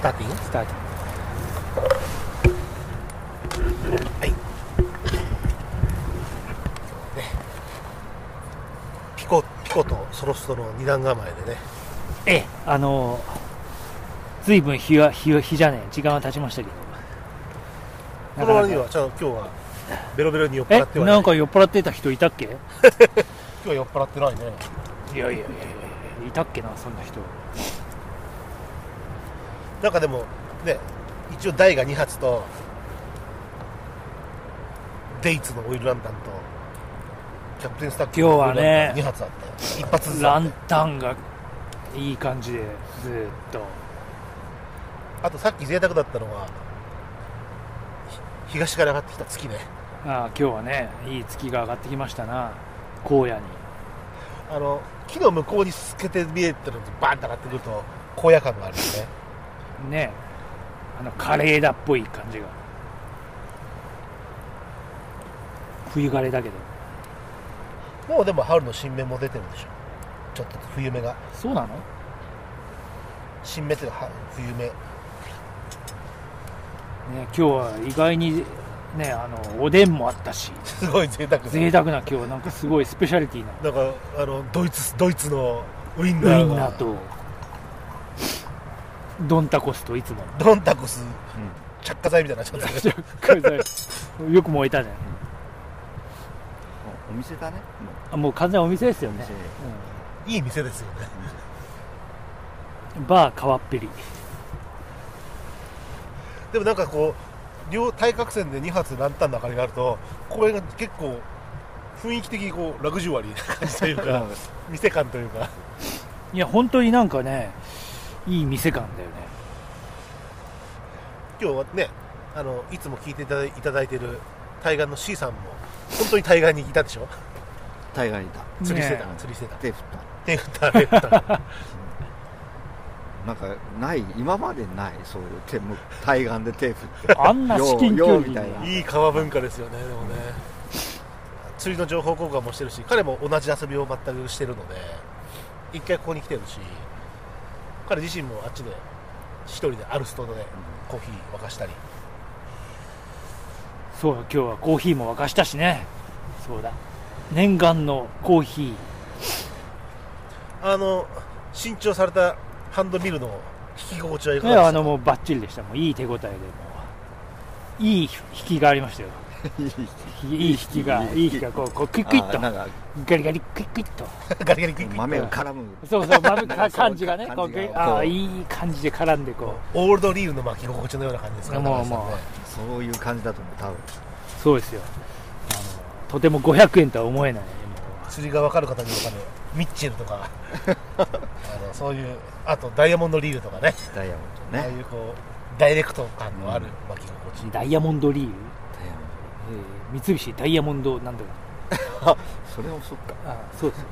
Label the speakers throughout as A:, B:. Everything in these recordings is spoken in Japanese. A: タートはいね
B: ピコピコとそろそろ二段構えでね
A: ええあのずいぶん日は日は日じゃねえ時間は経ちましたけど
B: この割に
A: なかなか
B: はちゃんと今日はベロベロに酔っ払って
A: え
B: は
A: な
B: ない
A: んか酔っ払ってた人いたっけい
B: 今日は酔っ払ってないね
A: やいやいやいやいたっけなそんな人
B: なんかでもね一応台が2発とデイツのオイルランタンとキャプテンスタックのオイルランタン2発あったよ一発ずつあ
A: ラ
B: っ
A: ンタンがいい感じでずーっと
B: たあとさっき贅沢だったのはひ東から上がってきた月ね
A: ああ今日はねいい月が上がってきましたな荒野に
B: あの木の向こうに透けて見えてるのにバーンと上がってくると荒野感があるよね
A: ねあの枯れ枝っぽい感じが冬枯れだけど
B: もうでも春の新芽も出てるでしょちょっと冬芽が
A: そうなの
B: 新芽っていうかは冬芽
A: ね今日は意外にねあのおでんもあったし
B: すごい贅沢
A: 贅沢な今日なんかすごいスペシャリティな
B: なんかあのドイツドイツのウイン
A: ウ
B: ナ
A: イ
B: ー
A: ン
B: が
A: ナーとドンタコスといつも の
B: ドンタコス、着火剤みたいになっちゃったけど
A: よく燃えたね
C: お店だね。
A: あもう完全にお店ですよ
C: お
A: ね
C: 店、
B: いい店ですよね
A: うんバー川っぺり
B: でもなんかこう両対角線で2発ランタンの明かりがあると公園が結構雰囲気的にこうラグジュアリーな感じという か店感というか
A: いや本当になんかねいい店感だよね
B: 今日はねあのいつも聞いていただいいただいてる対岸の C さんも本当に対岸にいたでしょ
C: 大河にいた。
B: 釣りしてた、
A: ね
B: 釣りしてた
C: 手振った。
B: 手振った手振った
C: なんかない今までないそういう手も対岸で手振って。
A: あんな至近距
C: よ
A: 離
C: うよう
A: に
C: みたいない
B: い川文化ですよねでもね釣りの情報交換もしてるし彼も同じ遊びを全くしてるので一回ここに来てるし彼自身もあっちで一人でアルストでコーヒー沸かしたり
A: そう今日はコーヒーも沸かしたしねそうだ念願のコーヒー
B: あの新調されたハンドミルの引き心地はいか
A: い
B: がです
A: や
B: か
A: あのもうバッチリでしたもういい手応えでもういい引きがありましたよいい引きがいい引きがこうこうクイックイッ
C: あなん
A: と
C: か
A: ガリガリクイックイッと
B: ガリガリクイックイック
C: 豆が絡む。
A: そうそうまぶ
C: なんか
A: か
C: そう
A: 感じがね
C: 感じが
A: こうグイ
C: こう
A: ああいい感じで絡んでこ
B: オールドリールの巻き心地のような感じですかね
A: もう
B: 高橋さんね
A: も
C: そういう感じだと思う多分。
A: うそうですよあのとても500円とは思えないも
B: 釣りが分かる方には分かるミッチェルとか あのそういうあとダイヤモンドリールとかね
C: ダイヤモンド
B: ああい
C: ね。
B: うこうダイレクト感のある巻き心地、
A: うダイヤモンドリール、
C: ダイヤモン
A: えー三菱ダイヤモンドなんだろう
C: ドそれもそっか。
A: あそうです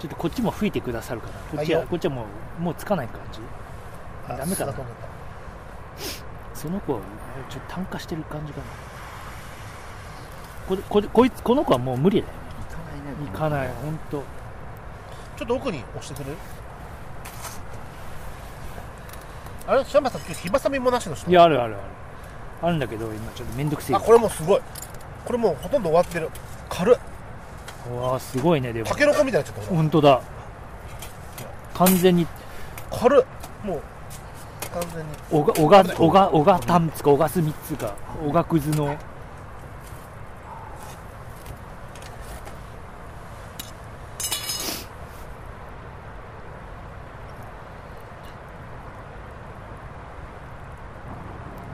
A: ちょっとこっちも吹いてくださるかなこっち
B: はい
A: は
B: よ
A: こっちはもうもうつかない感じ
B: あ
A: ダメかな
B: そうだと思っ
A: その子はちょっと炭化してる感じかなこれこれこいつこの子はもう無理だよね
C: 行かない
A: 行
C: ね。
A: かない本当
B: たちょっと奥に押してくれるあれシャンバさん今日火ばさみもなしの人
A: いやあるあるあるあるんだけど今ちょっと面倒くせえ
B: あこれもうすごいこれもうほとんど終わってる軽いう
A: わあすごいねでも
B: タケノコみたいになっちゃった
A: 本当だ完全に
B: 軽いもう完全に
A: おがおがおがおがたんつかおがすみっつうかおがくずの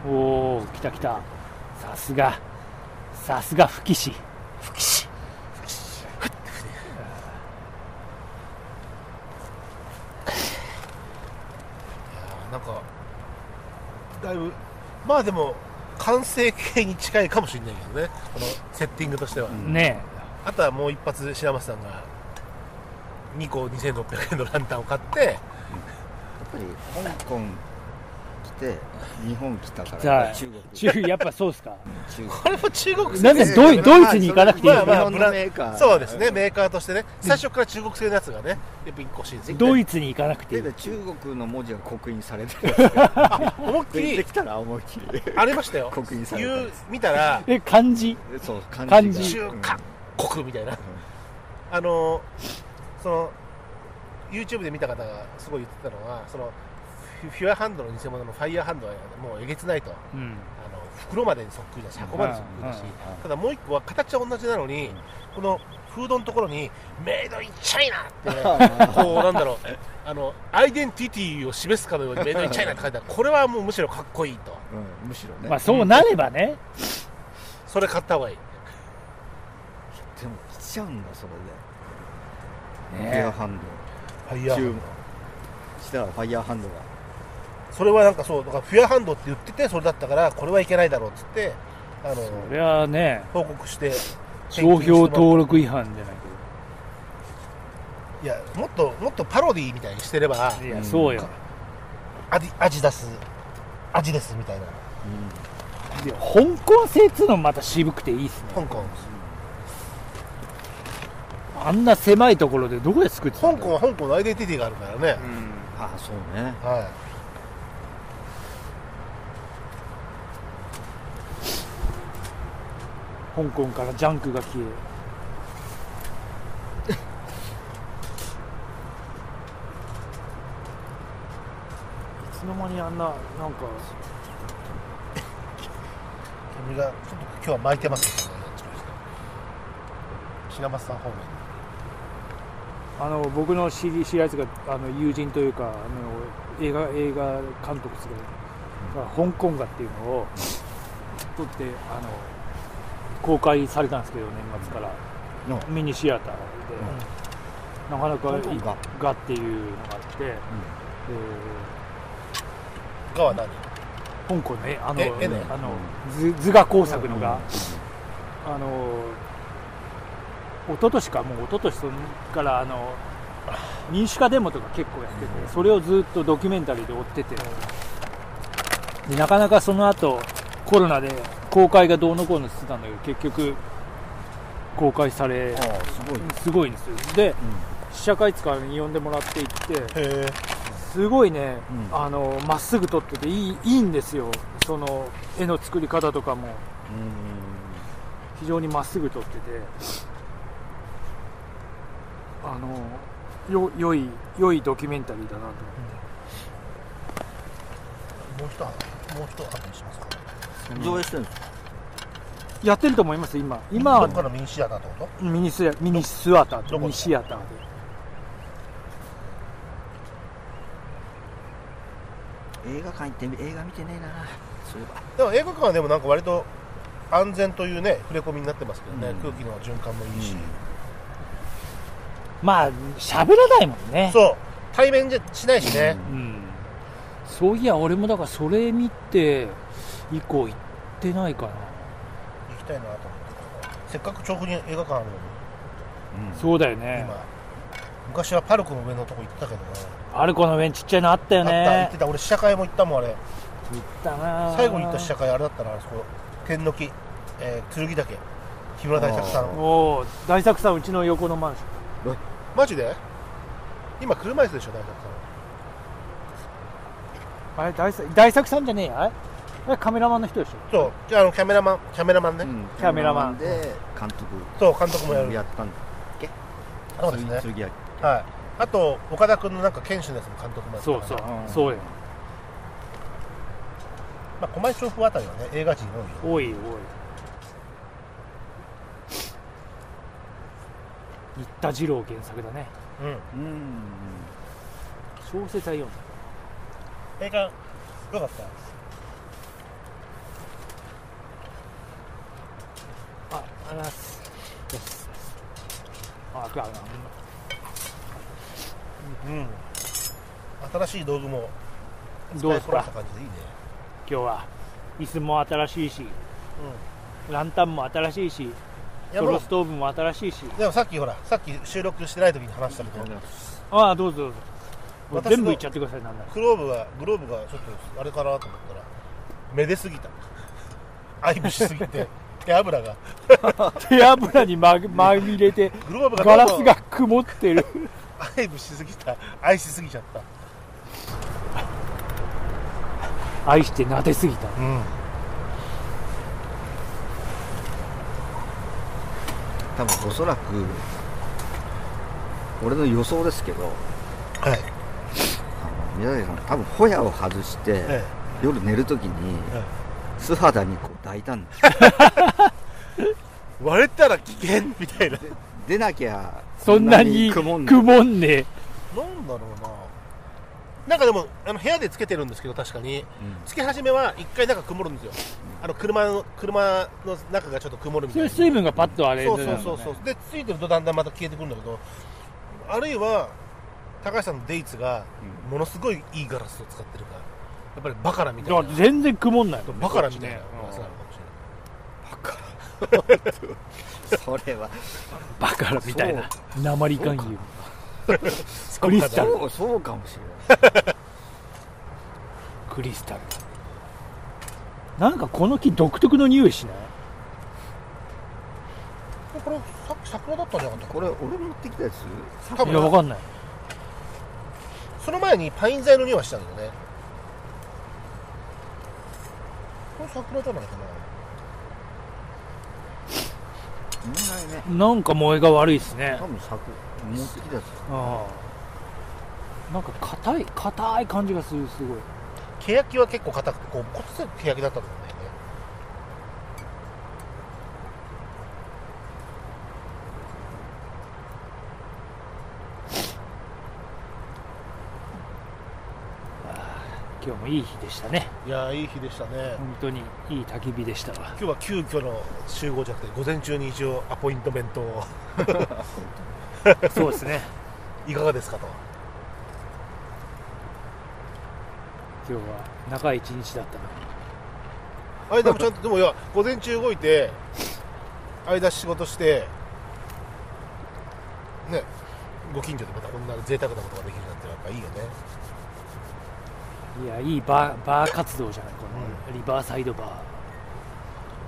A: おお来た来たさすがさすが吹き師
B: 吹きしなんかだいぶまあでも完成形に近いかもしれないけどねこのセッティングとしては、
A: ね
B: あとはもう一発白松さんが2個2600円のランタンを買って
C: やっぱり香港来して日本来たか
A: じゃ
C: ら
A: あ
C: 中国中
A: 中やっぱそうですか
C: 国
B: これも中国
A: な
B: 製
A: ん
B: で
A: ですドイドイツに行かなくていいの
C: まあまあ
B: まあ
C: 日本のメーカー
B: そうですね、メーカーとしてね、最初から中国製のやつがね、やっぱ1個欲しいんですよ
A: ドイツに行かなくていい
C: 例えば中国の文字が刻印されてる
B: 思いっき
C: 出て
B: り
C: きたら思いっきり
B: ありましたよ、
C: 刻印されて
B: 言う
C: る
B: 見たら、
A: え漢字
C: そう漢
A: 漢字
C: 字
B: 中
C: が
B: 華国みたいな、あのその YouTube で見た方がすごい言ってたのはそのフィフィアハンドの偽物のファイヤーハンドはもうえげつないとあ
A: うん
B: の袋までにそっくりだし箱までそっくりだし
A: うん
B: ただもう一個は形は同じなのにこのフードのところにメイドインチャイナってこうなんだろうあのアイデンティティを示すかのようにメイドインチャイナって書いてあるこれはもうむしろかっこいいと
C: うんうんむしろね
A: まあそうなればね
B: それ買った方がいい
C: でも来ちゃうんだそれで
A: ねえ
C: ファイヤーハン
B: ファイ
C: ド
B: ヤーハンド
C: 中したらファイヤーハンドが
B: それはなんかそうだからフィアハンドって言っててそれだったからこれはいけないだろうっつってあの
A: それはね
B: 報告して
A: 商標登録違反じゃない
B: いやもっともっとパロディみたいにしてれば
A: けどいやそうよ
B: アディアジダスアジですみたいな
A: で香港製っつうのもまた渋くていいっすね
B: 香港
A: あんな狭いところでどこで作ってた
B: 香
A: んだ
B: 港
A: ろう
B: は香港のアイデンティティがあるからね、
C: ああそうね
B: はい
A: 香港からジャンクが 消えるいつの間にあんななんか
B: 君がちょっと今日は巻いてますね品松さん方面
A: あの僕の知り知り合いというかあの友人というかあの映画映画監督ですけど、が香港画っていうのを撮ってあの公開されたんですけど年末から、ミニシアターで、なかなか
C: 香港
A: 画っていうのがあって、で
B: がは何
A: 香港ねあの
B: え絵ね
A: あの図図画工作のが、あの一昨年かもう一昨年そのからあの民主化デモとか結構やってて、それをずっとドキュメンタリーで追ってて、でなかなかその後コロナで公開がどうのこうのしてたんだけど結局公開され
C: ああすごい
A: すごいんですよで試写会使いに呼んでもらって行って
B: へえ
A: すごいね、
C: うん
A: あのまっすぐ撮ってていいいいんですよその絵の作り方とかも
C: う
A: 非常にまっすぐ撮っててあのよ良い良いドキュメンタリーだなと思って
B: もう一箱もう一箱にしますか
C: ん上映してるんですか
A: やってると思います今今
B: どっ
A: は
B: からミニシアターってこと
A: ミニスミニスアター
B: どこだ
A: ミニシアターで
C: 映画館行ってみ映画見てねえなそういえば
B: でも映画館はでもなんか割と安全というね触れ込みになってますけどね、
C: うん
B: 空気の循環もいいし、
A: まあ喋らないもんね
B: そう対面じゃしないしね、
A: うんそういや俺もだからそれ見て以降行ってないかな
B: 行きたいなと思ってせっかく調布に映画館あるのに
A: そうだよね
B: 今昔はパルコの上のとこ行ってたけどね
A: パルコの上にちっちゃいのあったよ
B: あった行っ
A: ね
B: てた俺試写会も行ったもんあれ
A: 行ったな
B: 最後に行った試写会あれだったなあそこ天の木、えー、剣岳木村大作さ
C: あ
B: ん
C: ー
A: おお大作さんうちの横のマンシ
B: マジで今車椅子でしょ大作
A: ョンあれ大作大作さんじゃねえやあれあれカメラマンの人でしょ
B: さんそうじゃああのキャメラマンキャメラマンね、
C: うん
A: キャメラマン
C: で監督
B: そう監督もやる
C: やったんだ
B: そうですね
C: 剣焼
B: はいあと岡田君のなんか剣士のやつも監督もやってたから
C: うん
A: そうよ
B: まあ、狛江調布あたりはね映画人多
A: 多い多
B: いよ
A: い新田二郎原作だね
B: うん
C: うん
A: 小説は読んだ
B: 映画よかった
A: あ、あります。あ、くらな。
B: うん新しい道具も
A: どうです
B: 使いこな
A: か
B: した、感じでいいね
A: 今日は。椅子も新しいし、ランタンも新しいし、
B: い
A: ソ
B: やも
A: ロ
B: う
A: ストーブも新しいし。
B: でもさっきほらさっき収録してない時に話したけど
A: ああ、どうぞどうぞ。もう
B: 私の
A: 全部いっちゃってくださいなんなら
B: グローブがグローブがちょっとあれかなと思ったらめですぎた愛撫しすぎ て手油が
A: 手油にままみれ て
B: グローブが
A: ガラ
B: ど
A: ス
B: んどん
A: が曇ってる
B: 愛撫しすぎた愛しすぎちゃった
A: 愛して撫ですぎた
B: うん
C: 多分おそらく俺の予想ですけど
B: はい
C: あの宮崎さん多分ホヤを外して、
B: え
C: 夜寝るときに、
B: え
C: 素肌にこう抱いたんです
B: え割れたら危険みたいな
C: 出なきゃ
A: そんなに
C: そ曇んない
A: 曇んねえ
B: なんだろうななんかでもあの部屋でつけてるんですけど確かに
C: うん
B: つけ始めは一回なんか曇るんですよあの車の車の中がちょっと曇るみ
A: そ
B: たい
A: れ
B: な
A: 水分がパッとあれ
B: そうそうそうそうでついてるとだんだんまた消えてくるんだけどあるいは高橋さんのデイツがものすごいいいガラスを使ってるからやっぱりバカラみたい
A: だ
B: な
A: から全然曇んないもんね
B: バカラみたいな
A: こ
B: ガ
A: っち
B: ラス
A: ね
B: なのかもしれない
C: それは
A: バカラみたいな鉛含有
B: そ
A: クリスタル
C: そうそうかもしれない
A: クリスタルなんかこの木独特の匂いしない
B: これさ桜だったんじゃなかった
C: これ俺持ってきたやつ
B: 多
A: いやわ
B: 分
A: かんない
B: その前にパイン材の匂いはしたんだよねこれ桜じゃないかな
C: 問題ね
A: なんか萌えが悪いですね
C: 多分咲く持ってきたやつ
A: ああなんか硬い硬い感じがするすごい
B: 欅は結構硬くてこうこっちが欅だったと思うんだよね
A: 今日もいい日でしたね
B: いやーいい日でしたね
A: 本当にいい焚き火でしたわ
B: 今日は急遽の集合じゃなくて午前中に一応アポイントメントを
A: そうですね
B: いかがですかと
A: 今日は長い一日だったな
B: あれでもちゃんとでもいや午前中動いて間仕事してねご近所でまたこんな贅沢なことができるなんてやっぱいいよね
A: いやいいバーバー活動じゃないこのリバーサイドバー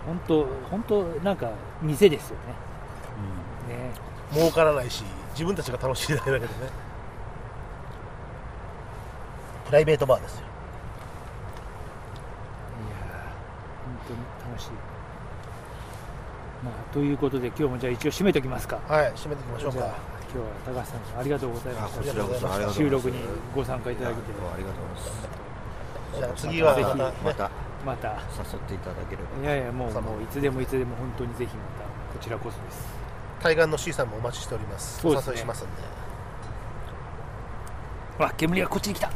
A: 本当本当なんか店ですよねね
B: 儲からないし自分たちが楽しいだけだけどねプライベートバーですよ
A: いやー本当に楽しい、まあ、ということで今日もじゃあ一応締めときますか
B: はい締めていきましょう
A: じゃあ
B: か
A: 今日は高橋さんありがとうございま
C: あ
A: し
C: こちらこそあり
A: た
C: がとう
A: 収
C: ございます
A: 録にご参加いただけて
C: ありがとうございます
B: じゃあ次は
A: ぜ
B: ま
A: ひ
B: た
C: また
A: また
C: 誘っていただければ
A: いやいやもう
B: さあ
A: もういつでもいつでも本当にぜひまたこちらこそです
B: 対岸の C さんもお待ちしております
A: そうですね
B: お誘いしますんで
A: ほら煙がこっちに来 た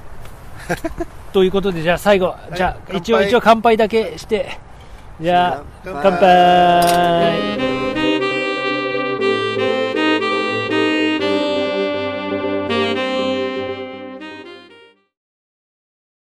A: ということでじゃあ最後、
B: い
A: じゃあ
B: 乾杯
A: 一応一応乾杯だけしてじゃあ
B: 乾
A: 乾杯